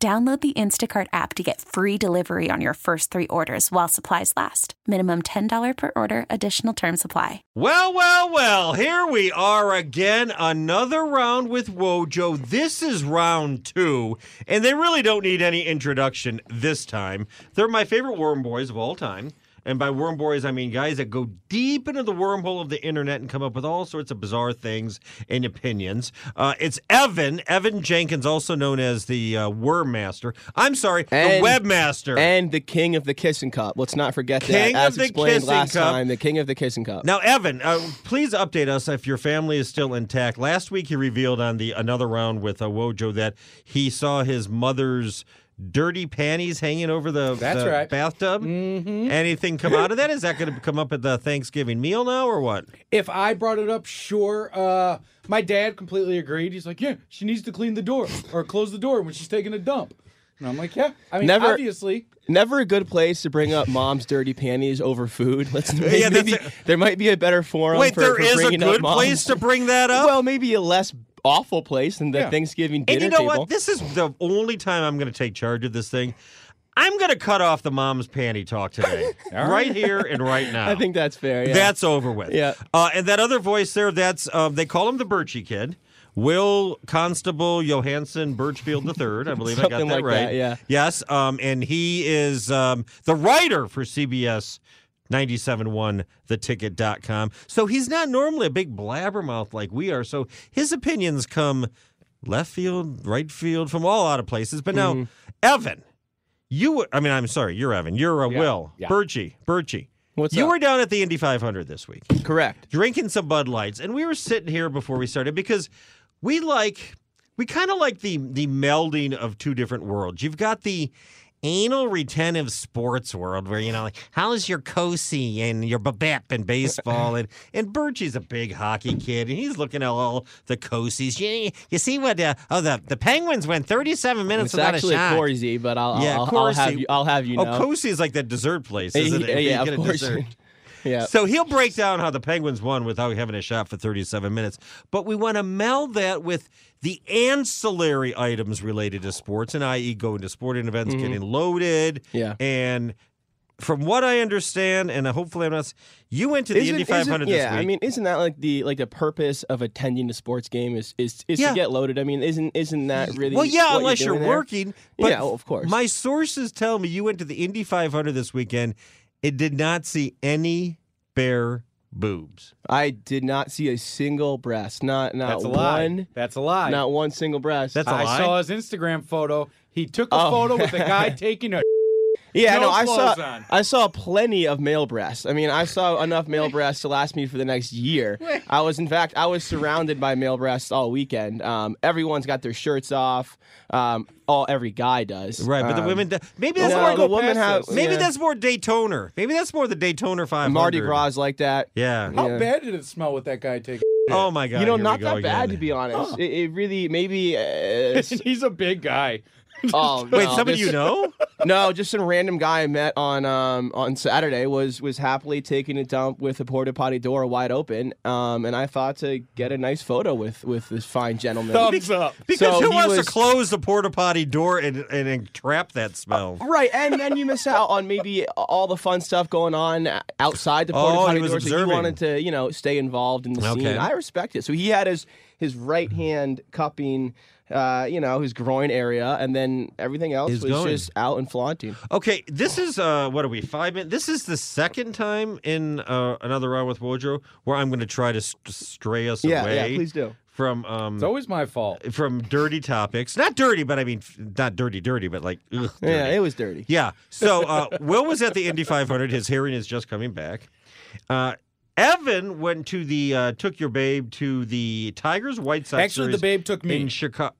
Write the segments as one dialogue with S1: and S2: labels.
S1: Download the Instacart app to get free delivery on your first three orders while supplies last. Minimum $10 per order, additional term supply.
S2: Well, well, well, here we are again. Another round with Wojo. This is round two, and they really don't need any introduction this time. They're my favorite worm boys of all time. And by worm boys, I mean guys that go deep into the wormhole of the internet and come up with all sorts of bizarre things and opinions. Uh, it's Evan, Evan Jenkins, also known as the uh, Worm Master. I'm sorry,
S3: And-
S2: the Webmaster.
S3: And the king of the kissing cup. Let's not forget
S2: King
S3: that. As
S2: of the
S3: explained
S2: kissing
S3: last
S2: cup.
S3: time, the king of the kissing cup.
S2: Now, Evan, uh, please update us if your family is still intact. Last week, he revealed on the another round with uh, Wojo that he saw his mother's dirty panties hanging over the,
S3: That's
S2: the
S3: right.
S2: bathtub. Mm-hmm. Anything come out of that? Is that going to come up at the Thanksgiving meal now, or what?
S4: If I brought it up, sure. Uh, my dad completely agreed. He's like, yeah, she needs to clean the door or close the door when she's taking a dump. And I'm like, yeah. I mean,
S3: Never-
S4: obviously.
S3: Never a good place to bring up mom's dirty panties over food. Let's maybe,
S2: that's
S3: maybe-
S2: a-
S3: there might be a better forum.
S2: Wait,
S3: for,
S2: there
S3: for
S2: is a
S3: bringing up
S2: good
S3: mom's-
S2: place to bring that up?
S3: Well, maybe a less awful place than the
S4: Yeah.
S3: Thanksgiving
S2: and
S3: dinner
S2: you know
S3: table.
S2: what? This is the only time I'm going to take charge of this thing. I'm going to cut off the mom's panty talk today, right here and right now.
S3: I think that's fair. Yeah.
S2: That's over with.
S3: Yeah.
S2: Uh, and that other voice there, that's um, they call him the Birchie Kid. Will Constable Johansson Birchfield III, I believe I got that
S3: Something like
S2: right.
S3: that, yeah.
S2: Yes, um, and he is um, the writer for CBS 971theticket.com. So he's not normally a big blabbermouth like we are. So his opinions come left field, right field, from all out of places. But
S3: Mm-hmm.
S2: now, Evan, you, I mean, I'm sorry, you're Evan. You're a Will.
S4: yeah.
S2: Birchie, Birchie.
S3: What's
S2: you
S3: up?
S2: were down at the Indy 500 this week,
S3: correct.
S2: drinking some Bud Lights, and we were sitting here before we started because we like we kind of like the the melding of two different worlds. You've got the anal retentive sports world where you know like how's your Cosi and your Babette in baseball and and Birchie's a big hockey kid and he's looking at all the Cosis. You, you see what uh, oh the the Penguins went 37 minutes
S3: It's
S2: without
S3: actually
S2: a shot.
S3: Corzy, but I'll, I'll-
S2: Yeah,
S3: I'll, I'll have
S2: Corzy.
S3: you. I'll have you know.
S2: Oh, Cosi is like that dessert place, isn't it?
S3: yeah,
S2: Where you
S3: yeah,
S2: get
S3: of
S2: a
S3: course.
S2: dessert.
S3: yeah.
S2: So he'll break down how the Penguins won without having a shot for 37 minutes. But we want to meld that with the ancillary items related to sports, and i.e., going to sporting events, getting loaded.
S3: Mm-hmm. Yeah.
S2: And from what I understand, and hopefully I'm not, s- you went to the Indy 500 this
S3: yeah,
S2: week.
S3: I mean, isn't that like the like the purpose of attending a sports game is is, is
S2: Yeah.
S3: to get loaded? I mean, isn't isn't that really?
S2: well, yeah,
S3: what
S2: unless you're,
S3: doing there?
S2: working. But
S3: Yeah, well, of course.
S2: My sources tell me you went to the Indy 500 this weekend. It did not see any bare boobs.
S3: I did not see a single breast. Not not
S4: That's a lie.
S3: one.
S4: That's a lie.
S3: Not one single breast.
S2: That's a
S4: I
S2: lie.
S4: saw his Instagram photo. He took a
S3: Oh.
S4: photo with a guy taking a.
S3: yeah,
S4: no
S3: no, I saw
S4: clothes on.
S3: I saw plenty of male breasts. I mean, I saw enough male breasts to last me for the next year. I was, in fact, I was surrounded by male breasts all weekend. Um, everyone's got their shirts off. Um, all every guy does.
S2: Right, but the
S3: Um,
S2: women. do- Maybe that's
S3: No,
S2: more
S3: the women
S4: past
S3: have.
S4: this.
S2: Maybe
S3: yeah.
S2: that's more Daytoner. Maybe that's more the Daytoner 500.
S3: Mardi Gras like that.
S2: Yeah.
S4: How
S3: Yeah.
S4: bad did it smell with that guy taking?
S2: Oh my God.
S3: you know,
S2: here
S3: not
S2: we go
S3: that bad
S2: again.
S3: to be honest. It, it really maybe. Uh, s-
S4: He's a big guy.
S3: oh,
S2: Wait,
S3: no,
S2: somebody
S3: this-
S2: you know?
S3: No, just some random guy I met on um on Saturday was was happily taking a dump with a porta potty door wide open. Um, and I thought to get a nice photo with with this fine gentleman.
S4: Thumbs up.
S2: Because
S3: So
S2: who
S3: he
S2: wants
S3: was-
S2: to close the porta potty door and, and entrap that smell?
S3: Right, and then you miss out on maybe all the fun stuff going on outside the porta
S2: Oh, he
S3: potty
S2: was
S3: door. So
S2: observing.
S3: he wanted to, you know, stay involved in the
S2: Okay.
S3: scene. I respect it. So he had his his right hand cupping, uh, you know, his groin area, and then everything else
S2: He's
S3: was
S2: going.
S3: just out and flaunting.
S2: Okay, this is uh, what are we five minutes? This is the second time in uh, another round with Wojo where I'm going to try to st- stray us
S3: Yeah, yeah,
S2: away.
S3: please do.
S2: From um,
S4: It's always my fault.
S2: from dirty topics, not dirty, but I mean f- not dirty, dirty, but like ugh,
S3: Yeah,
S2: dirty.
S3: it was dirty.
S2: Yeah. So uh, Will was at the Indy 500. His hearing is just coming back. Uh, Evan went to the uh, took your babe to the Tigers White Sox
S4: Actually, the
S2: series
S4: babe took me.
S2: in Chicago.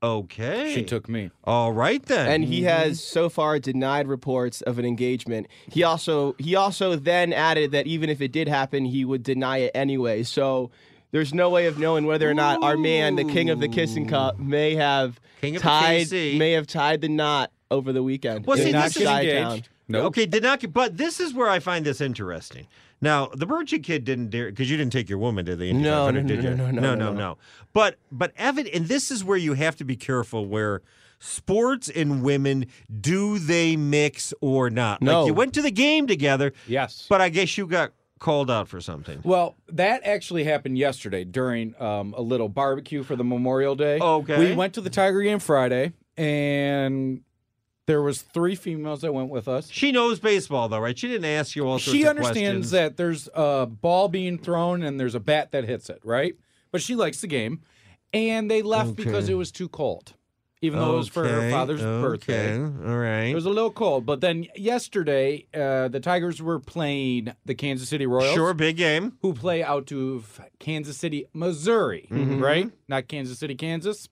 S2: Okay.
S4: She took me.
S2: All right then.
S3: and he has so far denied reports of an engagement. He also he also then added that even if it did happen, he would deny it anyway. So there's no way of knowing whether or not our man, the king of the kissing cup, may have
S2: King of the
S3: tied
S2: KC.
S3: may have tied the knot over the weekend.
S2: Well,
S3: in
S2: see,
S4: Not
S2: this is-
S4: get
S3: Chi-town.
S4: engaged. No.
S2: Okay, did not. get- But this is where I find this interesting. Now, the Birchie kid didn't dare because you didn't take your woman to the Indy
S3: No,
S2: 500,
S3: no, no,
S2: did you?
S3: no, no, no,
S2: no,
S3: no, no.
S2: But but Evan, and this is where you have to be careful where. Sports and women, do they mix or not?
S3: No.
S2: Like you went to the game together,
S4: Yes.
S2: but I guess you got called out for something.
S4: Well, that actually happened yesterday during um, a little barbecue for the Memorial Day.
S2: Okay.
S4: We went to the Tiger game Friday, and there was three females that went with us.
S2: She knows baseball though, right? She didn't ask you all sorts
S4: She
S2: of questions.
S4: understands that there's a ball being thrown and there's a bat that hits it, right? But she likes the game, and they left because it was too cold, even though it was for her
S2: Okay,
S4: father's
S2: okay,
S4: birthday.
S2: All right.
S4: It was a little cold, but then yesterday uh, the Tigers were playing the Kansas City Royals.
S2: Sure, big game.
S4: who play out of Kansas City, Missouri,
S2: Mm-hmm.
S4: right? Not Kansas City, Kansas.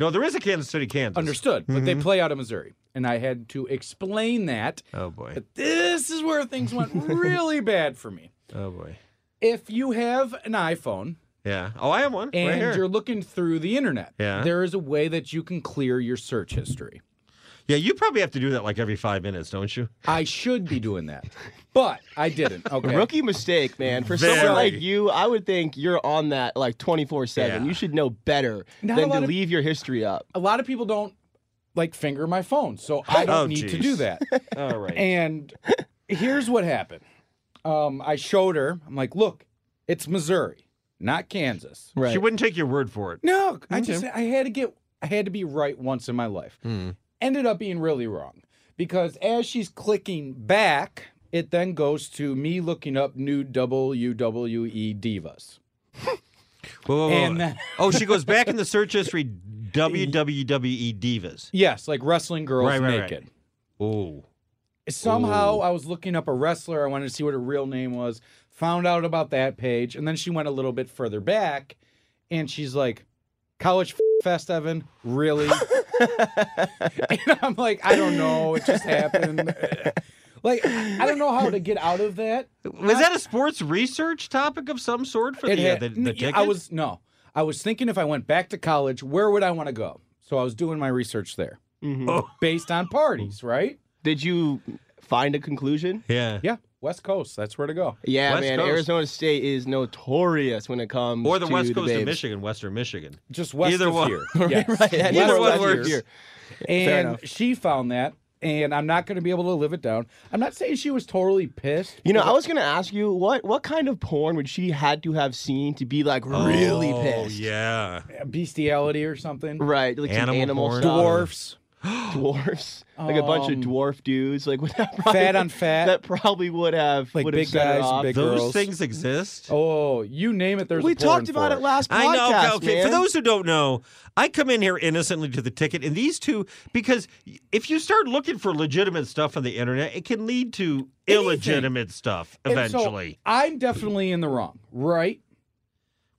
S2: No, there is a Kansas City, Kansas.
S4: Understood, but
S2: Mm-hmm.
S4: they play out of Missouri. And I had to explain that.
S2: Oh boy.
S4: But this is where things went really bad for me.
S2: Oh boy.
S4: If you have an iPhone
S2: Yeah. Oh, I have one
S4: and
S2: right here.
S4: you're looking through the internet,
S2: Yeah.
S4: there is a way that you can clear your search history.
S2: Yeah, you probably have to do that like every five minutes, don't you?
S4: I should be doing that, but I didn't. Okay.
S3: Rookie mistake, man. For
S2: Very.
S3: someone like you, I would think you're on that like 24 7.
S2: Yeah.
S3: You should know better
S4: Not a
S3: than to
S4: lot of-
S3: leave your history up.
S4: A lot of people don't like finger my phone, so I don't
S2: Oh,
S4: need to
S2: geez.
S4: do that.
S2: All right.
S4: And here's what happened. Um, I showed her. I'm like, look, it's Missouri, not Kansas.
S3: Right.
S2: She wouldn't take your word for it.
S4: No, I just I had to get I had to be right once in my life.
S2: Hmm.
S4: Ended up being really wrong because as she's clicking back, it then goes to me looking up new WWE divas.
S2: Whoa, whoa, whoa.
S4: And-
S2: oh, she goes back in the search history WWE divas.
S4: Yes, like wrestling girls
S2: Right, right, right.
S4: naked.
S2: Oh.
S4: Somehow I was looking up a wrestler. I wanted to see what her real name was. Found out about that page, and then she went a little bit further back, and she's like, "College Fest, Evan, really?" and I'm like, "I don't know. It just happened." like, I don't know how to get out of that.
S2: Was that a sports research topic of some sort for the, uh,
S4: had-
S2: the, the ticket?
S4: I was no. I was thinking if I went back to college, where would I want to go? So I was doing my research there,
S2: Oh.
S4: based on parties, right?
S3: Mm-hmm. Did you find a conclusion?
S2: Yeah.
S4: Yeah, West Coast. That's where to go.
S3: Yeah,
S2: West
S3: man.
S2: Coast.
S3: Arizona State is notorious when it comes
S2: Or the
S3: to
S2: West Coast
S3: the
S2: of
S3: babes.
S2: Michigan, Western Michigan.
S4: just west
S2: Either
S4: of
S2: one.
S4: here. Yes.
S3: Right,
S4: West
S3: either
S4: of
S2: one
S4: here.
S2: works.
S3: Here.
S4: And
S3: enough.
S4: she found that, and I'm not going to be able to live it down. I'm not saying she was totally pissed.
S3: You know, I was gonna ask you what what kind of porn would she had to have seen to be like really
S2: oh,
S3: pissed?
S2: yeah.
S4: bestiality or something.
S3: Right, like some
S2: Animal
S3: animal
S2: porn.
S3: stuff.
S4: Dwarfs.
S3: dwarfs, like a bunch of
S4: Um,
S3: dwarf dudes, like would that probably-
S4: fat on fat.
S3: That probably would have
S4: Like
S3: would have
S4: big
S3: set her
S4: guys,
S3: off.
S4: big-
S2: Those
S4: Girls.
S2: things exist.
S4: Oh, you name it. There's
S3: we
S4: a porn
S3: talked about
S4: for
S3: it last podcast.
S2: I know. okay, okay.
S3: man.
S2: For those who don't know, I come in here innocently to the ticket, and these two, because if you start looking for legitimate stuff on the internet, it can lead to illegitimate stuff
S4: And so
S2: eventually.
S4: I'm definitely in the wrong, right?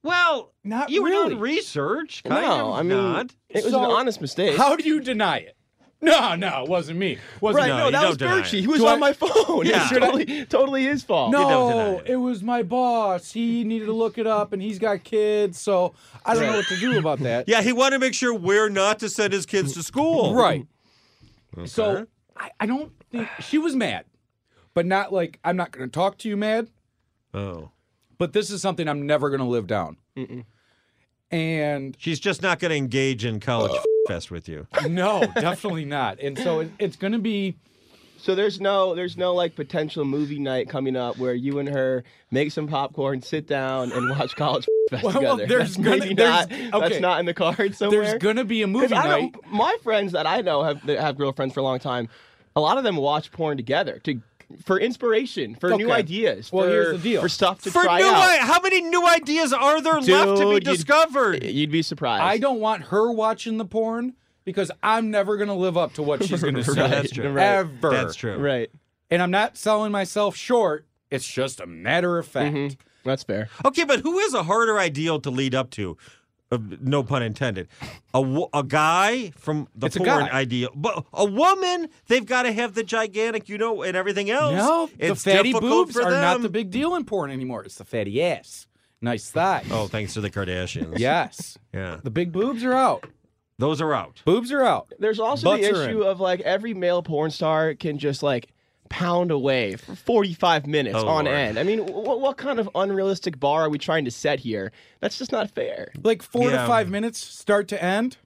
S2: well,
S4: Not
S2: you were
S4: really.
S2: doing research, kind
S3: no,
S2: of
S3: I mean
S2: not.
S3: it was
S4: So,
S3: an honest mistake.
S4: How do you deny it? No, no, it wasn't me. Wasn't
S3: right?
S2: No,
S3: No,
S2: you
S3: that
S2: don't
S3: was
S2: deny
S3: Birchie.
S2: it.
S3: He was
S4: Do
S3: on
S4: I-
S3: my phone.
S2: Yeah.
S3: it's totally totally his fault.
S4: No,
S2: don't deny it.
S4: it. was my boss. He needed to look it up, and he's got kids, so I don't know what to do about that.
S2: Yeah, he wanted to make sure where not to send his kids to
S3: Mm,
S2: school.
S4: Right. So I, I don't think she was mad, but not like I'm not going to talk to you mad.
S2: Oh,
S4: But this is something I'm never going to live down. And
S2: she's just not going to engage in college fest with you.
S4: no, definitely not. And so it, it's going to be
S3: So there's no there's no like potential movie night coming up where you and her make some popcorn, sit down, and watch college fest
S4: Well,
S3: together.
S4: there's
S3: That's
S4: gonna-
S3: maybe
S4: there's-
S3: not.
S4: okay.
S3: That's not in the cards somewhere.
S4: there's going to be a
S3: 'Cause
S4: movie
S3: I don't-
S4: night.
S3: My friends that I know have that have girlfriends for a long time. A lot of them watch porn together to for inspiration, for new
S4: Okay.
S3: ideas.
S4: Well,
S3: for,
S4: here's the deal.
S3: for stuff to
S2: For new,
S3: try
S2: I-
S3: out.
S2: how many new ideas are there left to be
S3: Dude, you-
S2: discovered?
S3: You'd be surprised.
S4: I don't want her watching the porn because I'm never going to live up to what she's going to say.
S2: That's true.
S3: Right.
S4: Ever.
S2: That's true.
S3: Right.
S4: And I'm not selling myself short. It's
S3: Mm-hmm.
S4: just a matter of fact.
S3: That's fair.
S2: Okay, but who is a harder ideal to lead up to? uh, no pun intended, a, wo- a guy from the
S4: It's a
S2: foreign
S4: guy.
S2: ideal, but a woman, they've got to have the gigantic, you know, and everything else.
S4: No, the
S2: it's
S4: fatty
S2: difficult
S4: boobs
S2: for
S4: are not
S2: them.
S4: the big deal in porn anymore. It's the fatty ass, nice thighs.
S2: Oh, thanks to the Kardashians.
S4: yes,
S2: yeah,
S4: the big boobs are out.
S2: those are out.
S4: Boobs are out.
S3: There's also the
S4: Butts are in.
S3: issue of like every male porn star can just like pound away for 45 minutes
S2: Oh,
S3: on
S2: Lord.
S3: end. I mean, wh- what kind of unrealistic bar are we trying to set here? That's just not fair.
S4: Like four
S2: Yeah.
S4: to five minutes, start to end.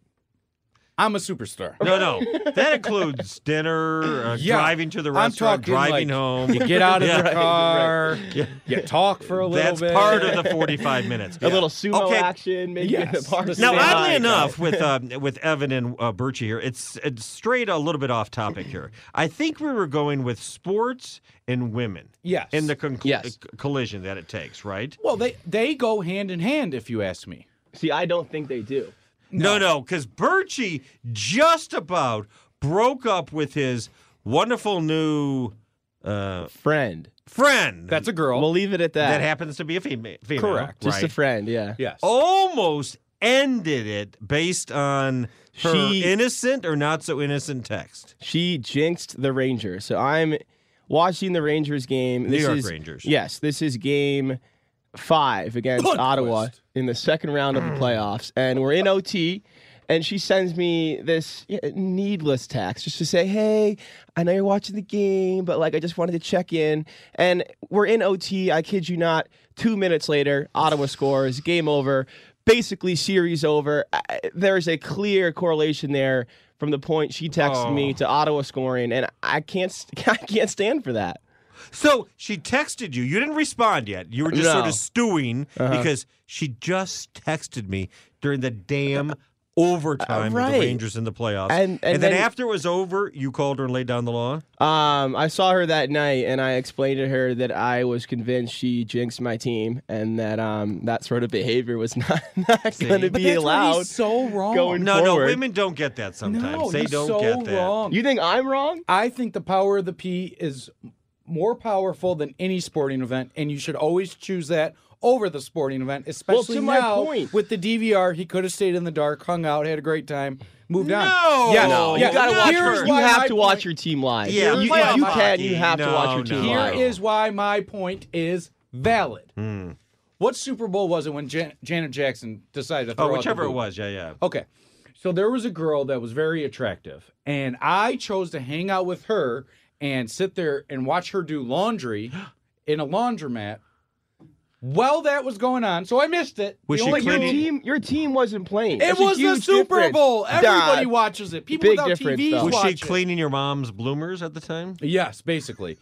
S4: I'm a superstar.
S2: No, no, that includes dinner, uh,
S4: Yeah.
S2: driving to the
S4: I'm
S2: restaurant,
S4: talking,
S2: driving
S4: like,
S2: home.
S4: You get out of
S2: Yeah.
S4: the car. You talk for a little
S2: That's
S4: bit.
S2: part of the 45 minutes.
S3: A little sumo
S2: Okay.
S3: action, maybe
S4: Yes.
S3: a bar
S4: The
S2: Now,
S4: Stand by,
S2: oddly
S4: guy.
S2: enough, with um, with Evan and uh, Birchie here, it's, it's straight a little bit off topic here. I think we were going with sports and women
S4: Yes.
S2: in the conclu- uh,
S3: Yes.
S2: c- collision that it takes, right?
S4: well, they they go hand in hand if you ask me.
S3: See, I don't think they do.
S2: No, no, because Birchie just about broke up with his wonderful new uh,
S3: Friend.
S2: friend.
S4: That's a girl.
S3: We'll leave it at that.
S2: that Oh, happens to be a fema- female.
S4: Correct.
S3: just a
S2: right?
S3: friend, yeah.
S4: yes.
S2: Almost ended it based on her
S3: She-
S2: innocent or not so innocent text.
S3: She jinxed the Rangers. So I'm watching the Rangers game. This
S2: York
S3: is-
S2: Rangers.
S3: Yes, this is game five against
S4: Lundqvist.
S3: Ottawa in the second round of the playoffs. And we're in OT. And she sends me this yeah, needless text just to say, Hey, I know you're watching the game, but like I just wanted to check in. And we're in OT. I kid you not. Two minutes later, Ottawa scores, game over, basically series over. I- There's a clear correlation there from the point she texted
S2: Oh.
S3: me to Ottawa scoring. And I can't, st- I can't stand for that.
S2: So she texted you. You didn't respond yet. You were just sort
S3: No. Uh-huh.
S2: of stewing because she just texted me during the damn overtime with
S3: right.
S2: the Rangers in the playoffs.
S3: And- and
S2: then,
S3: then-
S2: after it was over, you called her and laid down the law.
S3: Um, I saw her that night, and I explained to her that I was convinced she jinxed my team, and that um, that sort of behavior was not, not going to
S4: but
S3: be
S4: that's What
S3: allowed.
S4: he's so wrong.
S3: Going
S2: No, no,
S3: forward.
S2: women don't get that sometimes.
S4: no,
S2: they
S4: he's
S2: don't
S4: so
S2: get that.
S4: wrong.
S3: You think I'm wrong?
S4: I think the power of the P is more powerful than any sporting event, and you should always choose that over the sporting event, especially
S3: to my
S4: now
S3: point.
S4: with the DVR. He could have stayed in the dark, hung out, had a great time, moved on.
S2: No!
S4: yeah,
S2: No,
S4: Oh, yeah.
S3: you gotta
S2: no.
S3: watch.
S4: Here's
S3: your- you
S4: why my
S3: have to watch
S4: point-
S3: your team live.
S2: Yeah,
S3: you,
S2: playoff
S3: if you can.
S2: hockey.
S3: You have
S2: No,
S3: to watch your team
S2: no.
S3: live.
S4: Here is why my point is valid.
S3: Hmm.
S4: What Super Bowl was it when Jan- Janet Jackson decided to throw
S2: Oh,
S4: out the
S2: whichever it
S4: boot?
S2: was. Yeah, yeah.
S4: Okay. So there was a girl that was very attractive, and I chose to hang out with her and sit there and watch her do laundry in a laundromat while that was going on. So I missed it.
S2: Was
S4: The
S2: she
S4: only
S3: Your
S2: cleaning?
S4: people-
S3: team, your team wasn't playing.
S4: It
S3: That's a
S4: was the
S3: huge
S4: Super
S3: difference.
S4: Bowl. Everybody
S3: Nah.
S4: watches it. People
S3: big
S4: without
S3: difference,
S4: TVs
S3: though.
S2: Was
S4: watch
S2: she
S4: it.
S2: cleaning your mom's bloomers at the time?
S4: Yes, basically.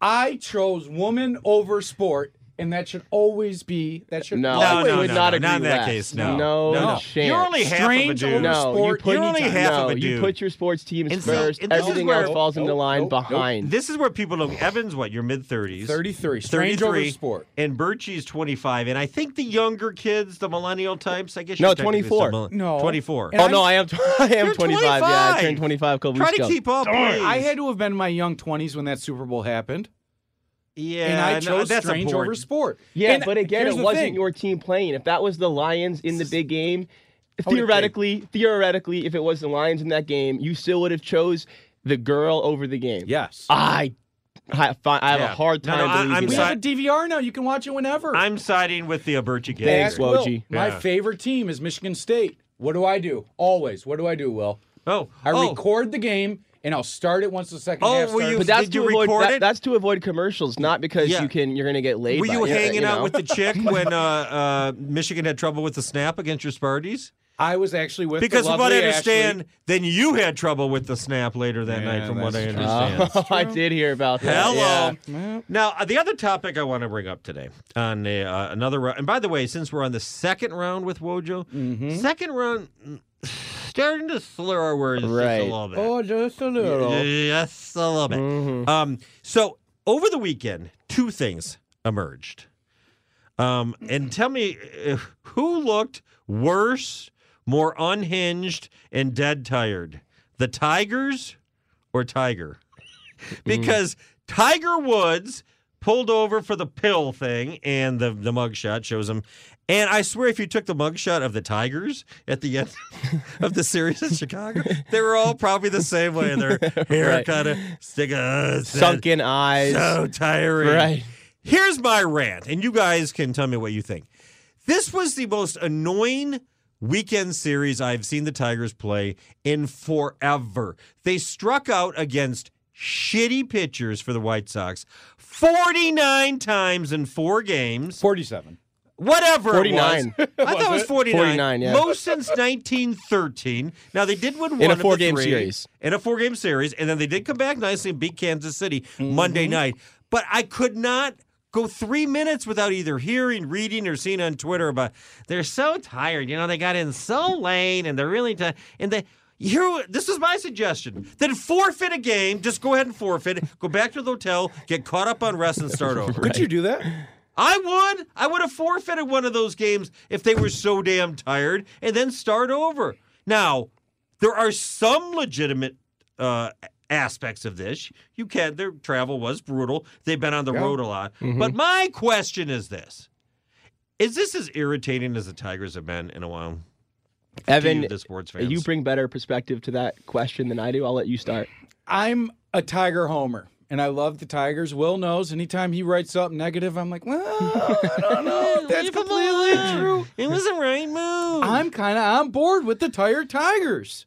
S4: I chose woman over sport, and that should always be that should
S3: No,
S2: No,
S3: I
S4: always
S2: no,
S3: would
S2: no,
S3: not
S2: no,
S3: agree
S2: not in
S3: with
S2: that
S3: that.
S2: case, no.
S3: No,
S2: No.
S3: chance.
S2: You're only half
S4: Strange
S2: of a dude.
S4: over
S3: no,
S4: sport.
S3: you put
S2: You're only
S3: your-
S2: half of
S3: no,
S2: a
S3: You
S2: dude.
S3: put your sports teams
S2: And see,
S3: first.
S2: and this is
S3: Everything
S2: where-
S3: else falls into
S4: Nope,
S3: line
S4: nope, nope.
S3: behind.
S2: This is where people don't. Evan's what? Your mid 30s.
S4: 33. Strange over sport.
S2: And Birchie's 25. And I think the younger kids, the millennial types, I guess
S3: No,
S2: you're technically
S3: 24.
S2: still millen-
S4: No.
S2: 24.
S4: And
S3: Oh
S4: I'm-
S3: no, I am. I am
S2: You're
S3: 25. Yeah, I
S2: 25.
S3: turned 25 a couple
S2: Try
S3: weeks
S2: to
S3: ago.
S2: keep up. please.
S4: I had to have been in my young 20s when that Super Bowl happened.
S2: Yeah,
S4: and uh, I
S2: no,
S4: chose
S2: that's
S4: strange
S2: important.
S4: over sport.
S3: Yeah,
S4: And
S3: but again,
S4: here's
S3: it
S4: the
S3: wasn't
S4: thing.
S3: your team playing. If that was the Lions in the big game,
S4: would've
S3: theoretically, theoretically, if it was the Lions in that game, you still would have chose the girl over the game.
S4: Yes.
S3: I, I, fi- I have
S2: Yeah.
S3: a hard
S2: No,
S3: time
S2: no, I-
S3: believing
S2: I'm
S4: Uh, we
S3: that.
S2: sorry.
S4: have a DVR now. You can watch it whenever.
S2: I'm siding with the Birchie kids.
S3: Thanks,
S2: here.
S3: Will.
S4: Will.
S3: Woj.
S4: My
S2: Yeah.
S4: favorite team is Michigan State. What do I do? Always. What do I do, Will?
S2: Oh,
S4: I
S2: oh,
S4: record the game and I'll start it once the second
S2: Oh,
S4: half
S2: were
S4: starts.
S2: you-
S3: But that's
S2: Did
S3: to
S2: you
S3: avoid
S2: record
S3: that-
S2: it?
S3: that's to avoid commercials, not because
S2: Yeah.
S3: you can you're gonna get laid.
S2: Were
S3: by
S2: you
S3: it,
S2: hanging
S3: know?
S2: out with the chick when uh, uh, Michigan had trouble with the snap against your Sparties?
S4: I was actually with the
S2: Because from what I
S4: lovely
S2: understand,
S4: Ashley.
S2: then you had trouble with the snap later that
S4: Yeah,
S2: night. From what I
S4: that's true.
S2: understand.
S3: Oh, I did hear about that.
S2: Hello.
S3: yeah.
S2: Now, uh, the other topic I want to bring up today on the, uh, another round, and by the way, since we're on the second round with Wojo, second round mm, starting to slur our words
S3: Right.
S2: just a
S3: Mm.
S2: little bit.
S4: Oh, just a little.
S2: Yes, a little bit.
S3: Mm-hmm.
S2: Um, so over the weekend, two things emerged. Um, and tell me uh, who looked worse, more unhinged, and dead tired, the Tigers or Tiger? because Tiger Woods pulled over for the pill thing and the, the mugshot shows him And I swear, if you took the mugshot of the Tigers at the end of the series in Chicago, they were all probably the same way. Their hair
S3: Right.
S2: kind of stick uh,
S3: Sunken eyes.
S2: so tiring.
S3: Right.
S2: Here's my rant, and you guys can tell me what you think. This was the most annoying weekend series I've seen the Tigers play in forever. They struck out against shitty pitchers for the White Sox 49 times in four games.
S4: Forty-seven.
S2: Whatever. it was.
S3: 49.
S2: I thought it was 49.
S3: 49, yeah.
S2: Most since 1913. Now, they did win one of the
S3: four-game
S2: three
S3: series.
S2: in a four game series. And then they did come back nicely and beat Kansas City Monday night. But I could not go three minutes without either hearing, reading, or seeing on Twitter about they're so tired. You know, they got in so late and they're really tired. And they. Here, this is my suggestion. Then forfeit a game. Just go ahead and forfeit. Go back to the hotel. Get caught up on rest and start over.
S4: Could you do that?
S2: I would. I would have forfeited one of those games if they were so damn tired and then start over. Now, there are some legitimate uh, aspects of this. You can. Their travel was brutal. They've been on the road a lot.
S4: Mm-hmm.
S2: But my question is this. Is this as irritating as the Tigers have been in a while?
S3: Evan,
S2: to you, the sports fans.
S3: you bring better perspective to that question than I do. I'll let you start.
S4: I'm a Tiger homer, and I love the Tigers. Will knows. Anytime he writes up negative, I'm like, well, I don't know. if That's completely true.
S2: It was the right move.
S4: I'm kind of on board with the tired Tigers.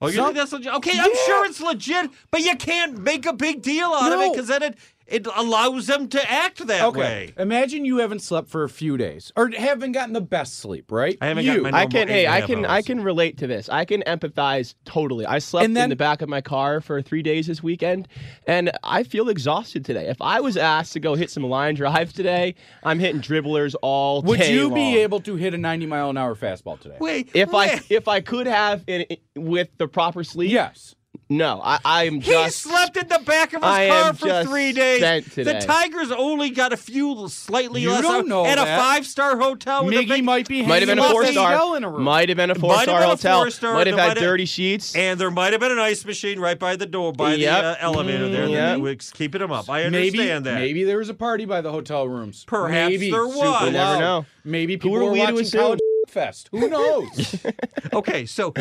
S2: oh, you
S4: some-
S2: think that's legit? Okay, I'm
S4: Yeah.
S2: sure it's legit, but you can't make a big deal out of it
S4: No.
S2: because then it, it allows them to act that way.
S4: Imagine you haven't slept for a few days, or haven't gotten the best sleep, right?
S2: I haven't
S4: you.
S2: gotten my
S3: I
S2: normal
S3: can.
S2: eight
S3: Hey,
S2: and a
S3: I
S2: half
S3: can.
S2: hours.
S3: I can relate to this. I can empathize totally. I slept
S4: And then-
S3: in the back of my car for three days this weekend, and I feel exhausted today. If I was asked to go hit some line drives today, I'm hitting dribblers all
S4: Would
S3: day
S4: you
S3: long.
S4: be able to hit a 90 mile an hour fastball today?
S2: Wait,
S3: If
S2: wait.
S3: I if I could have it with the proper sleep,
S4: Yes.
S3: No, I I'm
S2: he
S3: just
S2: slept in the back of his
S3: I
S2: car
S3: am
S2: for
S3: just
S2: three days.
S3: spent
S2: The
S3: today.
S2: Tigers only got a few slightly
S4: You
S2: less
S4: don't
S2: hours
S4: know
S2: at a
S4: that.
S2: five star hotel. With a
S4: Miggy
S2: big,
S4: might be
S3: might have been a
S2: He
S4: hanging
S3: four
S4: off
S2: lost
S3: star.
S4: Adele in a room.
S3: Might have been a
S2: Might
S3: four
S2: have
S3: star
S2: been a
S3: hotel.
S2: four-star,
S3: might
S2: there
S3: have
S2: might
S3: had
S2: have-
S3: dirty sheets.
S2: and there might have been an ice machine right by the door, by
S3: Yep.
S2: the uh, elevator there.
S3: Mm,
S2: that
S3: yep.
S2: was keeping him up. I
S4: Mm-hmm. Maybe,
S2: understand that.
S4: maybe there was a party by the hotel rooms.
S2: Perhaps
S4: maybe,
S2: there
S4: super
S2: was. You
S3: never
S4: loud.
S3: know.
S4: Maybe people
S3: are
S4: were
S3: we to
S4: watching
S3: assume?
S4: college fest. Who knows?
S2: Okay, so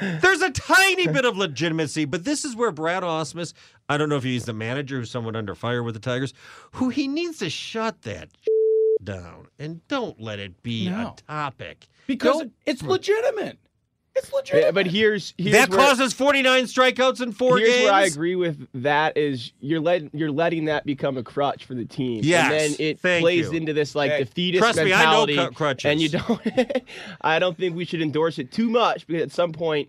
S2: there's a tiny bit of legitimacy, but this is where Brad Osmus, I don't know if he's the manager who's somewhat under fire with the Tigers, who he needs to shut that down and don't let it be
S4: No.
S2: a topic.
S4: because
S2: Don't-
S4: it's legitimate. It's
S3: Yeah,
S4: legitimate.
S3: Eh, but here's here's
S2: that
S3: where,
S2: causes 49 strikeouts in four
S3: here's
S2: games.
S3: where I agree with that is you're letting you're letting that become a crutch for the team.
S2: Yes,
S3: and then it
S2: thank
S3: plays
S2: you.
S3: into this like
S4: Hey,
S3: defeatist
S2: trust me, I know
S3: mentality.
S2: cr- crutches.
S3: and you don't. I don't think we should endorse it too much because at some point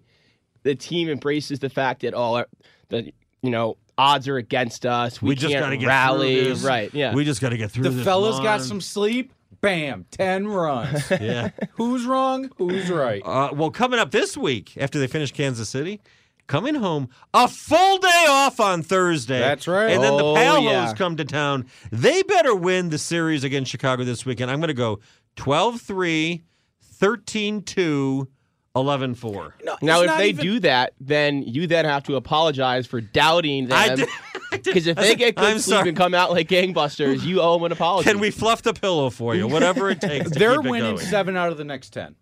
S3: the team embraces the fact that all our the you know odds are against us. We,
S2: We just
S3: can't
S2: gotta get
S3: rally.
S2: through this.
S3: Right? Yeah.
S2: We just got to get through
S4: the
S2: this
S4: fellas got some
S2: month.
S4: sleep. Bam, ten runs.
S2: Yeah.
S4: Who's wrong? Who's right?
S2: Uh, well, coming up this week after they finish Kansas City, coming home, a full day off on Thursday.
S4: That's right.
S2: And then
S3: Oh,
S2: the Palos
S3: yeah.
S2: come to town. They better win the series against Chicago this weekend. I'm going to go 12 3, 13 2, 11 4.
S4: No, it's
S3: now, if
S4: not
S3: they
S4: even-
S3: do that, then you then have to apologize for doubting
S2: I
S3: them.
S2: did- I did-
S3: Because if they get good
S2: I'm
S3: sleep
S2: sorry.
S3: and come out like gangbusters, you owe them an apology.
S2: Can we fluff the pillow for you? Whatever it takes. to
S4: they're
S2: keep it
S4: winning
S2: going.
S4: seven out of the next ten.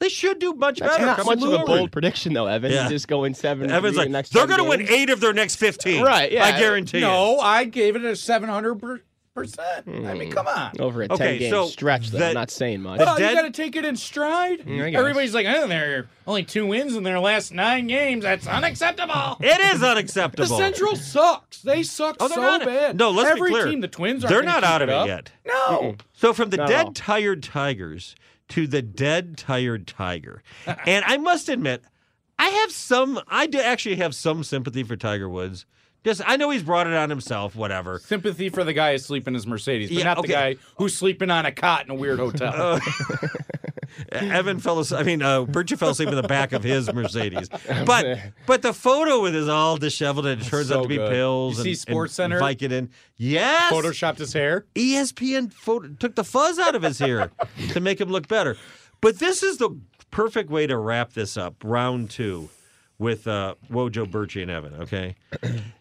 S2: They should do much
S3: That's
S2: better.
S3: not
S2: coming
S3: much of a
S2: forward.
S3: bold prediction, though, Evan.
S2: Yeah.
S3: You're Just going seven.
S2: Evan's
S3: three
S2: like,
S3: the next
S2: they're
S3: going to
S2: win eight of their next 15.
S3: Right, yeah.
S2: I guarantee you.
S4: No, I gave it a seven hundred percent. I mean, come on.
S3: over a
S2: Okay,
S3: ten game
S2: so
S3: stretch.
S2: Hmm. Oh,
S3: Though.
S2: the-
S3: I'm not saying much.
S4: Well,
S2: dead- Mm,
S4: you got to take it in stride.
S3: I guess.
S4: Everybody's like, oh, there are only two wins in their last nine games. That's unacceptable.
S2: It is
S4: The
S2: unacceptable.
S4: Central sucks. They suck
S2: Oh, they're
S4: so
S2: not-
S4: bad.
S2: no, let's be
S4: Every
S2: clear.
S4: team, the Twins are.
S2: They're not out of it, yet.
S4: No.
S2: So from the
S3: Not at all.
S2: dead tired tigers to the dead tired tiger, and I must admit, I have some. I do actually have some sympathy for Tiger Woods. Just I know he's brought it on himself. Whatever.
S4: Sympathy for the guy who's sleeping in his Mercedes, but
S2: Yeah,
S4: not
S2: okay. Uh,
S4: the guy who's sleeping on a cot in a weird hotel.
S2: E-, Evan fell. as- I mean, uh, Berger fell asleep in the back of his Mercedes. But but the photo with is all disheveled and it turns
S4: Oh, so
S2: out to be
S4: good.
S2: pills
S4: You
S2: and
S4: see Sports
S2: and
S4: Center?
S2: Vicodin. Yes.
S4: Photoshopped his hair.
S2: E ESPN photo, took the fuzz out of his hair to make him look better. But this is the perfect way to wrap this up, round two, with uh, Wojo, Birchie, and Evan. Okay,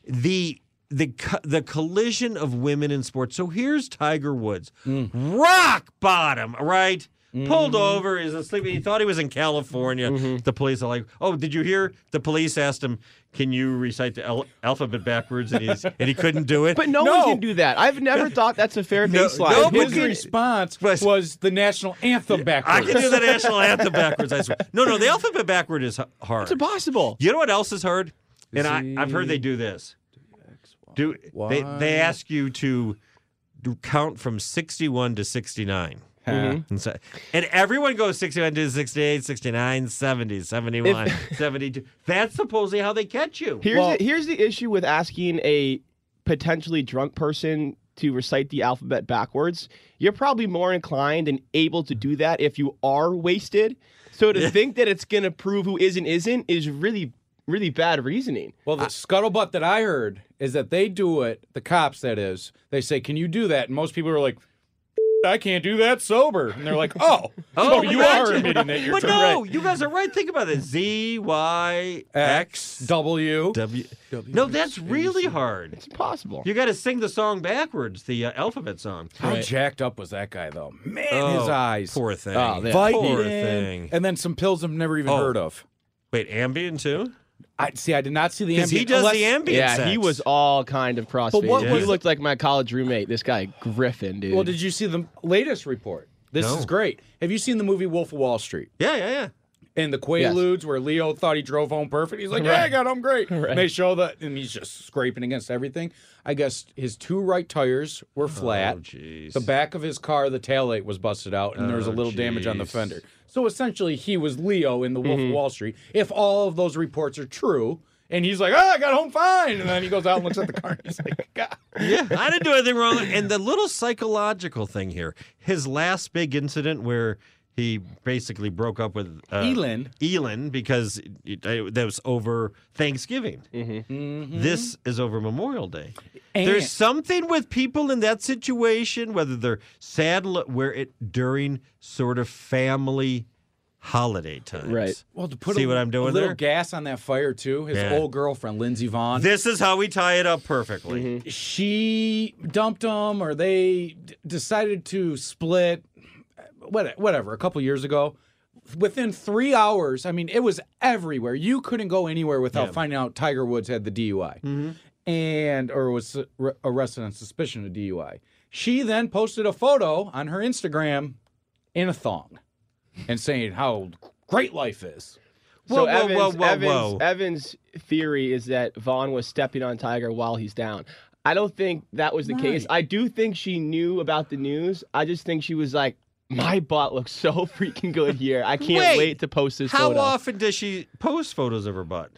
S2: the the co- the
S3: Mm-hmm.
S2: collision of women in sports. So here's Tiger Woods, rock bottom, right? Pulled over, he's asleep. He thought he was in California.
S3: Mm-hmm.
S2: The police are like, "Oh, did you hear?" The police asked him, "Can you recite the al- alphabet backwards?" And he's and he couldn't do it.
S3: But no, one can do that. I've never thought that's a fair
S2: No-
S3: baseline.
S2: no, but
S4: His
S2: you-
S4: response
S2: Was-
S4: was the national anthem
S2: I
S4: backwards.
S2: can do the national anthem backwards. I swear. No, no, the alphabet backward is h- hard.
S3: it's impossible.
S2: You know what else is hard? And I, I've heard they do this. Do they? They ask you to do- count from sixty-one to sixty-nine.
S4: Mm-hmm.
S2: And, so, and everyone goes 61 to 68, 69, 70, 71, 72. That's supposedly how they catch you.
S3: Here's the, here's the issue with asking a potentially drunk person to recite the alphabet backwards. You're probably more inclined and able to do that if you are wasted. So to think that it's gonna prove who is and isn't is really really bad reasoning.
S4: Well, the scuttlebutt that I heard is that they do it, the cops, that is. They say, Can you do that? And most people are like, I can't do that sober. And they're like, Oh, so you are
S2: imagine.
S4: admitting that you're
S2: But
S4: drunk."
S2: no, you guys are right. Think about it. Z, Y,
S4: X,
S2: X,
S4: W.
S2: W. No, that's really hard.
S3: It's impossible.
S2: You got to sing the song backwards, the uh, alphabet song.
S4: How jacked up was that guy, though? Man, his
S2: Oh,
S4: eyes.
S2: Poor thing.
S3: Oh, yeah.
S4: Fighting.
S2: Poor thing.
S4: And then some pills I've never even
S2: Oh.
S4: heard of.
S2: Wait, Ambien too?
S4: I See, I did not see the
S2: Because
S4: ambient.
S2: he does
S4: unless-
S2: the Ambien.
S3: yeah,
S2: sex.
S3: Uh, he was all kind of crossfaded.
S4: But what
S3: He
S2: was-
S3: looked like my college roommate. This guy Griffin, dude.
S4: Well, did you see the latest report? This
S2: No.
S4: is great. Have you seen the movie Wolf of Wall Street?
S2: Yeah, yeah, yeah.
S4: and the Quaaludes, where Leo thought he drove home perfect. He's like, "Yeah, I got home great." And they show that, and he's just scraping against everything. I guess his two right tires were flat.
S2: Oh, jeez.
S4: the back of his car, the taillight was busted out, and there was a
S2: Oh,
S4: little damage on the
S2: jeez. Mm-hmm.
S4: fender. So essentially, he was Leo in the Wolf of Wall Street. If all of those reports are true, and he's like, "Oh, I got home fine," and then he goes out and looks at the car, and he's like, "God."
S2: Yeah, I didn't do anything wrong. And the little psychological thing here, his last big incident where he basically broke up with uh,
S4: Elin.
S2: Elin because it, it- that was over Thanksgiving.
S3: Mm-hmm.
S2: This is over Memorial Day. There's
S4: And-
S2: something with people in that situation, whether they're sad, lo- where it during sort of family holiday times.
S3: Right.
S4: Well, to put
S2: See
S4: a,
S2: what I'm doing
S4: a little
S2: there?
S4: gas on that fire too. His
S2: Yeah.
S4: old girlfriend, Lindsey Vaughn.
S2: This is how we tie it up perfectly.
S3: Mm-hmm.
S4: she dumped him or they d- decided to split what- whatever a couple years ago within three hours i mean it was everywhere you couldn't go anywhere without finding out tiger woods had the dui and or was ar- arrested on suspicion of dui she then posted a photo on her instagram in a thong and saying how great life is
S2: Whoa,
S3: so
S2: whoa,
S3: Evans,
S2: whoa, whoa,
S3: Evans,
S2: whoa.
S3: Evans' theory is that Vaughn was stepping on Tiger while he's down. I don't think that was the case. I do think she knew about the news. I just think she was like, "My butt looks so freaking good here. I can't
S2: Wait,
S3: wait, to post this
S2: How
S3: photo."
S2: often does she post photos of her butt?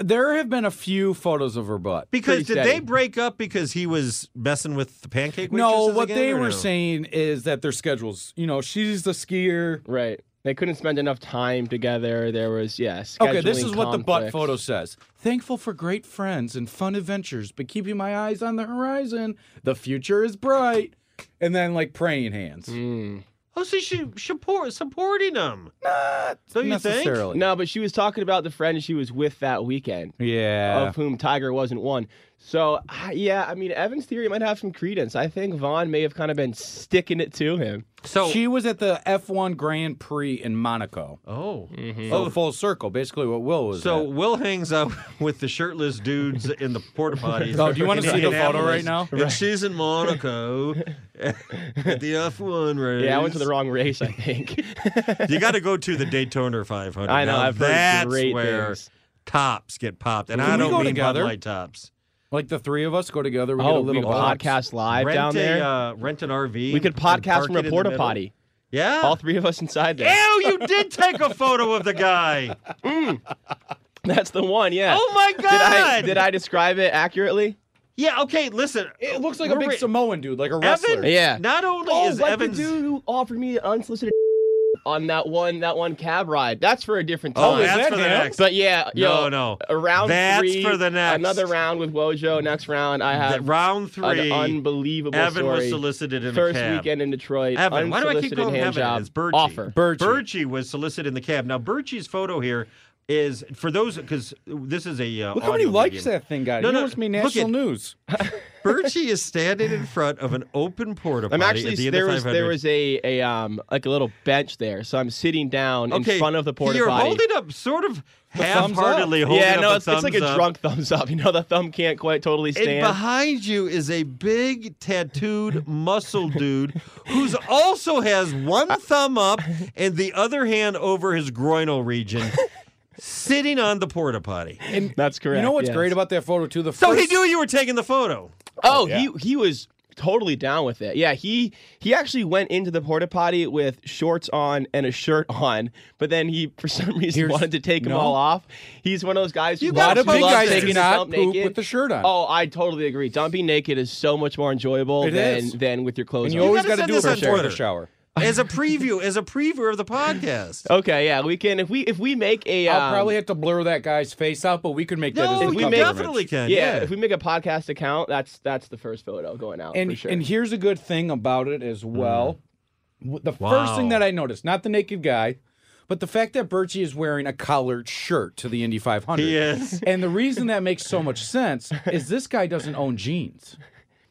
S4: there have been a few photos of her butt
S2: Because
S3: Pretty
S2: did they
S3: steady.
S2: break up because he was messing with the pancake?
S4: No,
S2: waitresses
S4: what
S2: again,
S4: they
S2: or
S4: were
S2: no?
S4: saying is that their schedules. You know, she's the skier.
S3: Right? They couldn't spend enough time together. There was yes.
S4: Okay, this is what the butt photo says. Thankful for great friends and fun adventures, but keeping my eyes on the horizon. The future is bright. And then like praying hands.
S3: Hmm.
S2: Oh, so she, she pour, supporting him.
S4: Not
S2: Don't you think?
S4: necessarily.
S3: No, but she was talking about the friend she was with that weekend.
S4: Yeah.
S3: of whom Tiger wasn't one. So I- yeah, I mean Evan's theory might have some credence. I think Vaughn may have kind of been sticking it to him.
S2: Oh, So
S4: She was at the F1 Grand Prix in Monaco.
S2: oh,
S4: So full circle, basically what Will was.
S2: so
S4: at.
S2: Will hangs out with the shirtless dudes in the porta potties.
S4: Oh, do you wanna
S2: in
S4: see the photo right
S2: Indianapolis.
S4: now?
S2: And she's in Monaco at the F one race.
S3: Yeah, I went to the wrong race, I think.
S2: You got to go to the Daytona 500.
S3: I know,
S2: Now
S3: I've heard
S2: that's
S3: great
S2: where
S3: things.
S2: tops get popped, and
S4: Can
S2: I
S4: we
S2: don't
S4: go
S2: mean
S4: together?
S2: Bud Light tops.
S4: like the three of us go together. We get a
S3: oh, we
S4: little
S3: could
S4: box.
S3: podcast live
S2: rent
S3: down
S2: a,
S3: there.
S2: uh, rent an RV.
S3: we could
S2: and park
S3: podcast from
S2: it in
S3: a
S2: the
S3: porta
S2: middle.
S3: potty.
S2: Yeah.
S3: All three of us inside there.
S2: Ew, you did take a photo of the guy.
S3: That's the one. Yeah.
S2: Oh my god.
S3: Did I did I describe it accurately?
S2: Yeah, okay, listen.
S4: It looks like a big
S2: Remember-
S4: Samoan dude, like a wrestler.
S2: Evan,
S3: Yeah.
S2: Not only
S3: Oh,
S2: is
S3: like
S2: Evans
S3: the dude who offered me unsolicited on that one that one cab ride. That's for a different time.
S2: Oh, that's
S4: that
S2: for the
S4: him?
S2: next.
S3: But yeah,
S2: no,
S3: yo,
S2: no.
S3: A round
S2: That's
S3: three,
S2: for the next.
S3: Another round with Wojo. Next round, I
S2: That
S3: have
S2: round
S3: an
S2: three.
S3: unbelievable
S2: Evan
S3: story.
S2: was solicited in
S3: First
S2: a cab.
S3: weekend in Detroit.
S2: Evan, why do I keep
S3: unsolicited
S2: calling him
S3: hand
S2: Evan?
S3: job
S2: It's Birchie.
S3: offer.
S4: Birchie.
S2: Birchie was solicited in the cab. Now Birchie's photo here is for those because this is a. Uh,
S4: Look how many
S2: audio
S4: likes
S2: medium.
S4: that thing got.
S2: No,
S4: you
S2: no,
S4: must be
S2: look
S4: national
S2: at-
S4: news.
S2: Birchie is standing in front of an open porta potty
S3: I'm actually
S2: at the end
S3: there
S2: of
S3: was
S2: 500.
S3: there was a a um like a little bench there, so I'm sitting down
S2: okay,
S3: in front of the porta
S2: You're
S3: potty.
S2: holding up, sort of
S4: thumbs up.
S2: half-heartedly holding
S3: yeah,
S2: up
S3: no,
S2: a
S3: it's, it's like
S2: thumbs
S3: a
S2: up.
S3: drunk thumbs up. You know, the thumb can't quite totally
S2: And
S3: stand.
S2: behind you is a big tattooed muscle dude who's also has one thumb up and the other hand over his groinal region, sitting on the porta potty.
S3: That's correct.
S4: You know what's
S3: yes.
S4: great about that photo too? The
S2: So
S4: first,
S2: he knew you were taking the photo.
S3: Oh,
S4: Yeah.
S3: he he was totally down with it. Yeah, he he actually went into the porta potty with shorts on and a shirt on, but then he for some reason
S4: Here's-
S3: wanted to take them
S4: no.
S3: all off. He's one of those guys who
S2: You
S4: a lot
S2: gotta
S4: of
S3: loves-
S4: big
S3: loves
S4: guys
S3: to
S2: this.
S4: taking
S3: dump
S4: out poop
S3: naked.
S4: with the shirt on.
S3: Oh, I totally agree. Dumping naked is so much more enjoyable
S4: It
S3: than
S4: is.
S3: than with your
S4: and
S3: clothes
S4: you
S3: on.
S4: always
S2: gotta
S4: got
S2: send
S4: to do it
S2: this on
S4: before the
S2: Twitter.
S4: shower.
S2: As a preview, as a preview of the podcast.
S3: Okay, yeah, we can if we if we make a
S4: I'll
S3: um,
S4: probably have to blur that guy's face out, but we could make that. as
S2: No,
S4: a
S3: we
S2: you
S3: make-
S4: compliment.
S2: definitely can.
S3: yeah,
S2: Yeah.
S3: if we make a podcast account, that's that's the first photo going out
S4: and
S3: for sure. Mm-hmm.
S4: and here's a good thing about it as well. W- The first
S2: Wow.
S4: thing that I noticed, not the naked guy, but the fact that Birchie is wearing a collared shirt to the Indy 500.
S2: He is.
S4: And the reason that makes so much sense is this guy doesn't own jeans.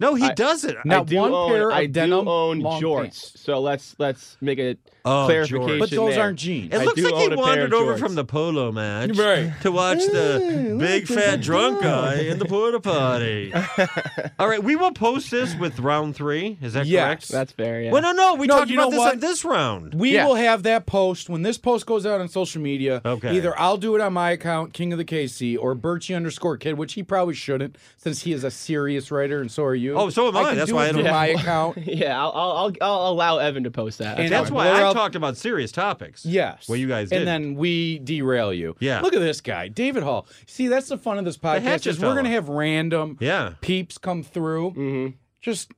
S2: No, he doesn't.
S3: I
S4: Not
S3: do
S4: one
S3: own,
S4: pair of
S3: I
S4: denim
S3: do own
S4: long
S3: jorts,
S4: pants.
S3: so let's let's make a
S2: Oh,
S3: clarification.
S2: jorts.
S4: But those
S3: there.
S4: aren't jeans.
S2: It
S3: I
S2: looks
S3: do
S2: like he
S3: own a pair
S2: wandered
S3: of
S2: over
S3: jorts.
S2: from the polo match
S4: Right.
S2: to watch the big fat drunk guy in the porta potty. All right, we will post this with round three. Is that
S4: Yes.
S2: correct?
S3: That's fair. Yeah.
S2: Well, no, no, we
S4: No,
S2: talked
S4: you
S2: about
S4: know
S2: this
S4: what?
S2: on this round.
S4: We
S3: Yeah.
S4: will have that post when this post goes out on social media.
S2: Okay.
S4: Either I'll do it on my account, King of the KC, or Birchie underscore kid, which he probably shouldn't, since he is a serious writer, and so are you.
S2: Oh, so am I.
S4: can
S2: That's
S4: do
S2: why
S4: it
S2: I
S4: through
S2: don't-
S4: my account.
S3: yeah, I'll, I'll I'll I'll allow Evan to post that.
S4: And
S2: That's
S4: No,
S2: why
S4: we're
S2: I
S4: up-
S2: talked about serious topics.
S4: Yes.
S2: Well, you guys
S4: And
S2: didn't.
S4: then we derail you.
S2: Yeah.
S4: Look at this guy, David Hall. See, that's the fun of this podcast
S2: hatchet
S4: is we're
S2: fella.
S4: going to have random
S2: Yeah.
S4: peeps come through.
S3: Mm-hmm.
S4: Just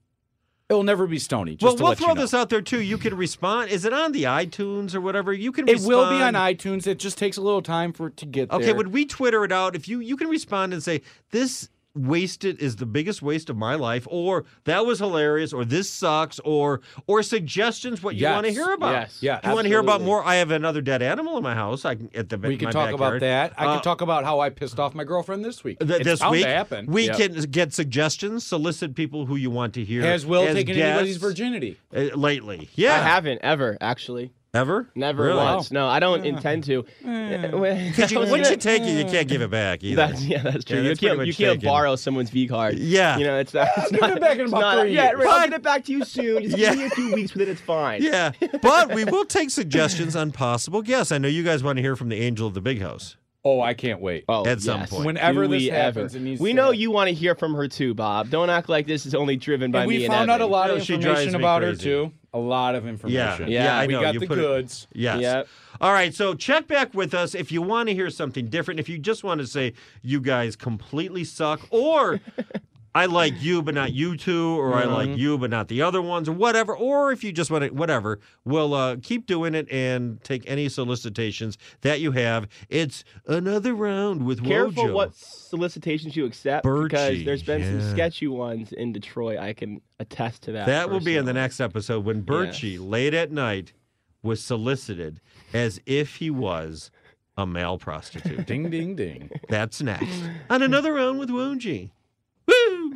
S4: it'll never be Stony. Just
S2: Well,
S4: to
S2: we'll
S4: let you
S2: throw
S4: know.
S2: this out there too. You can respond. Is it on the iTunes or whatever? You can.
S4: It will be on
S2: respond.
S4: iTunes. It just takes a little time for it to get
S2: Okay,
S4: there.
S2: when we Twitter it out, if you you can respond and say this wasted is the biggest waste of my life, or that was hilarious, or this sucks, or or suggestions what you
S4: Yes,
S2: want to hear about.
S3: yes,
S4: yes,
S2: you want to hear about
S3: absolutely.
S2: more? I have another dead animal in my house. I can at the
S4: we
S2: my
S4: can talk about
S2: backyard.
S4: that. I
S2: Uh,
S4: can talk about how I pissed off my girlfriend this week.
S2: th-
S4: It's
S2: this
S4: bound
S2: week,
S4: to happen.
S2: we
S3: Yep.
S2: can get suggestions, solicit people who you want to hear.
S4: Has Will
S2: as
S4: taken
S2: guests,
S4: anybody's virginity?
S2: uh, lately?
S3: I
S2: Yeah,
S3: haven't ever actually.
S2: ever
S3: Never
S2: Really?
S3: once. No, I don't intend to.
S4: Mm.
S3: That
S2: Could you,
S3: was
S2: once you
S3: it.
S2: take it, you can't give it back either.
S3: That's yeah, that's true.
S2: Yeah, that's
S3: you
S2: pretty
S3: can't you
S2: much
S3: can't
S2: taken.
S3: borrow someone's V card.
S2: Yeah.
S3: you know it's not. It's
S4: give
S3: not
S4: it back in
S3: it's
S4: about
S3: not-
S4: three
S3: Yeah,
S4: years.
S3: right, I'll get it back to you soon. Just
S2: Yeah.
S3: give me a few weeks with it. It's fine.
S2: Yeah, but we will take suggestions on possible guests. I know you guys want to hear from the angel of the big house.
S4: Oh, I can't wait.
S3: Oh,
S2: At some
S3: yes.
S2: point.
S4: Whenever
S3: Do
S4: this
S3: we
S4: happens, it needs
S3: we
S4: to
S3: know
S4: happen.
S3: you want to hear from her too, Bob. Don't act like this is only driven by
S4: and
S3: me
S4: we
S3: and
S4: found out a
S3: Evan.
S4: lot of
S2: No, she drives
S4: information
S2: me
S4: about her
S2: crazy.
S4: too. A lot of
S2: Yeah,
S4: information.
S2: yeah,
S3: Yeah.
S2: I
S4: we
S2: know.
S4: got
S2: you
S4: the
S2: put it-
S4: goods.
S2: yes.
S3: Yep.
S2: All right. So check back with us if you want to hear something different. If you just want to say you guys completely suck, or I like you but not you two, or I
S3: Mm-hmm.
S2: like you but not the other ones, or whatever. Or if you just want to, whatever, we'll uh, keep doing it and take any solicitations that you have. It's another round with
S3: Careful
S2: Wojo.
S3: what solicitations you accept because
S2: Birchie,
S3: there's been
S2: yeah.
S3: some sketchy ones in Detroit. I can attest to that.
S2: That will be in the
S3: personally.
S2: next episode when Birchie,
S3: Yes.
S2: late at night, was solicited as if he was a male prostitute.
S4: Ding, ding, ding.
S2: That's next on another round with Woonji. Woo!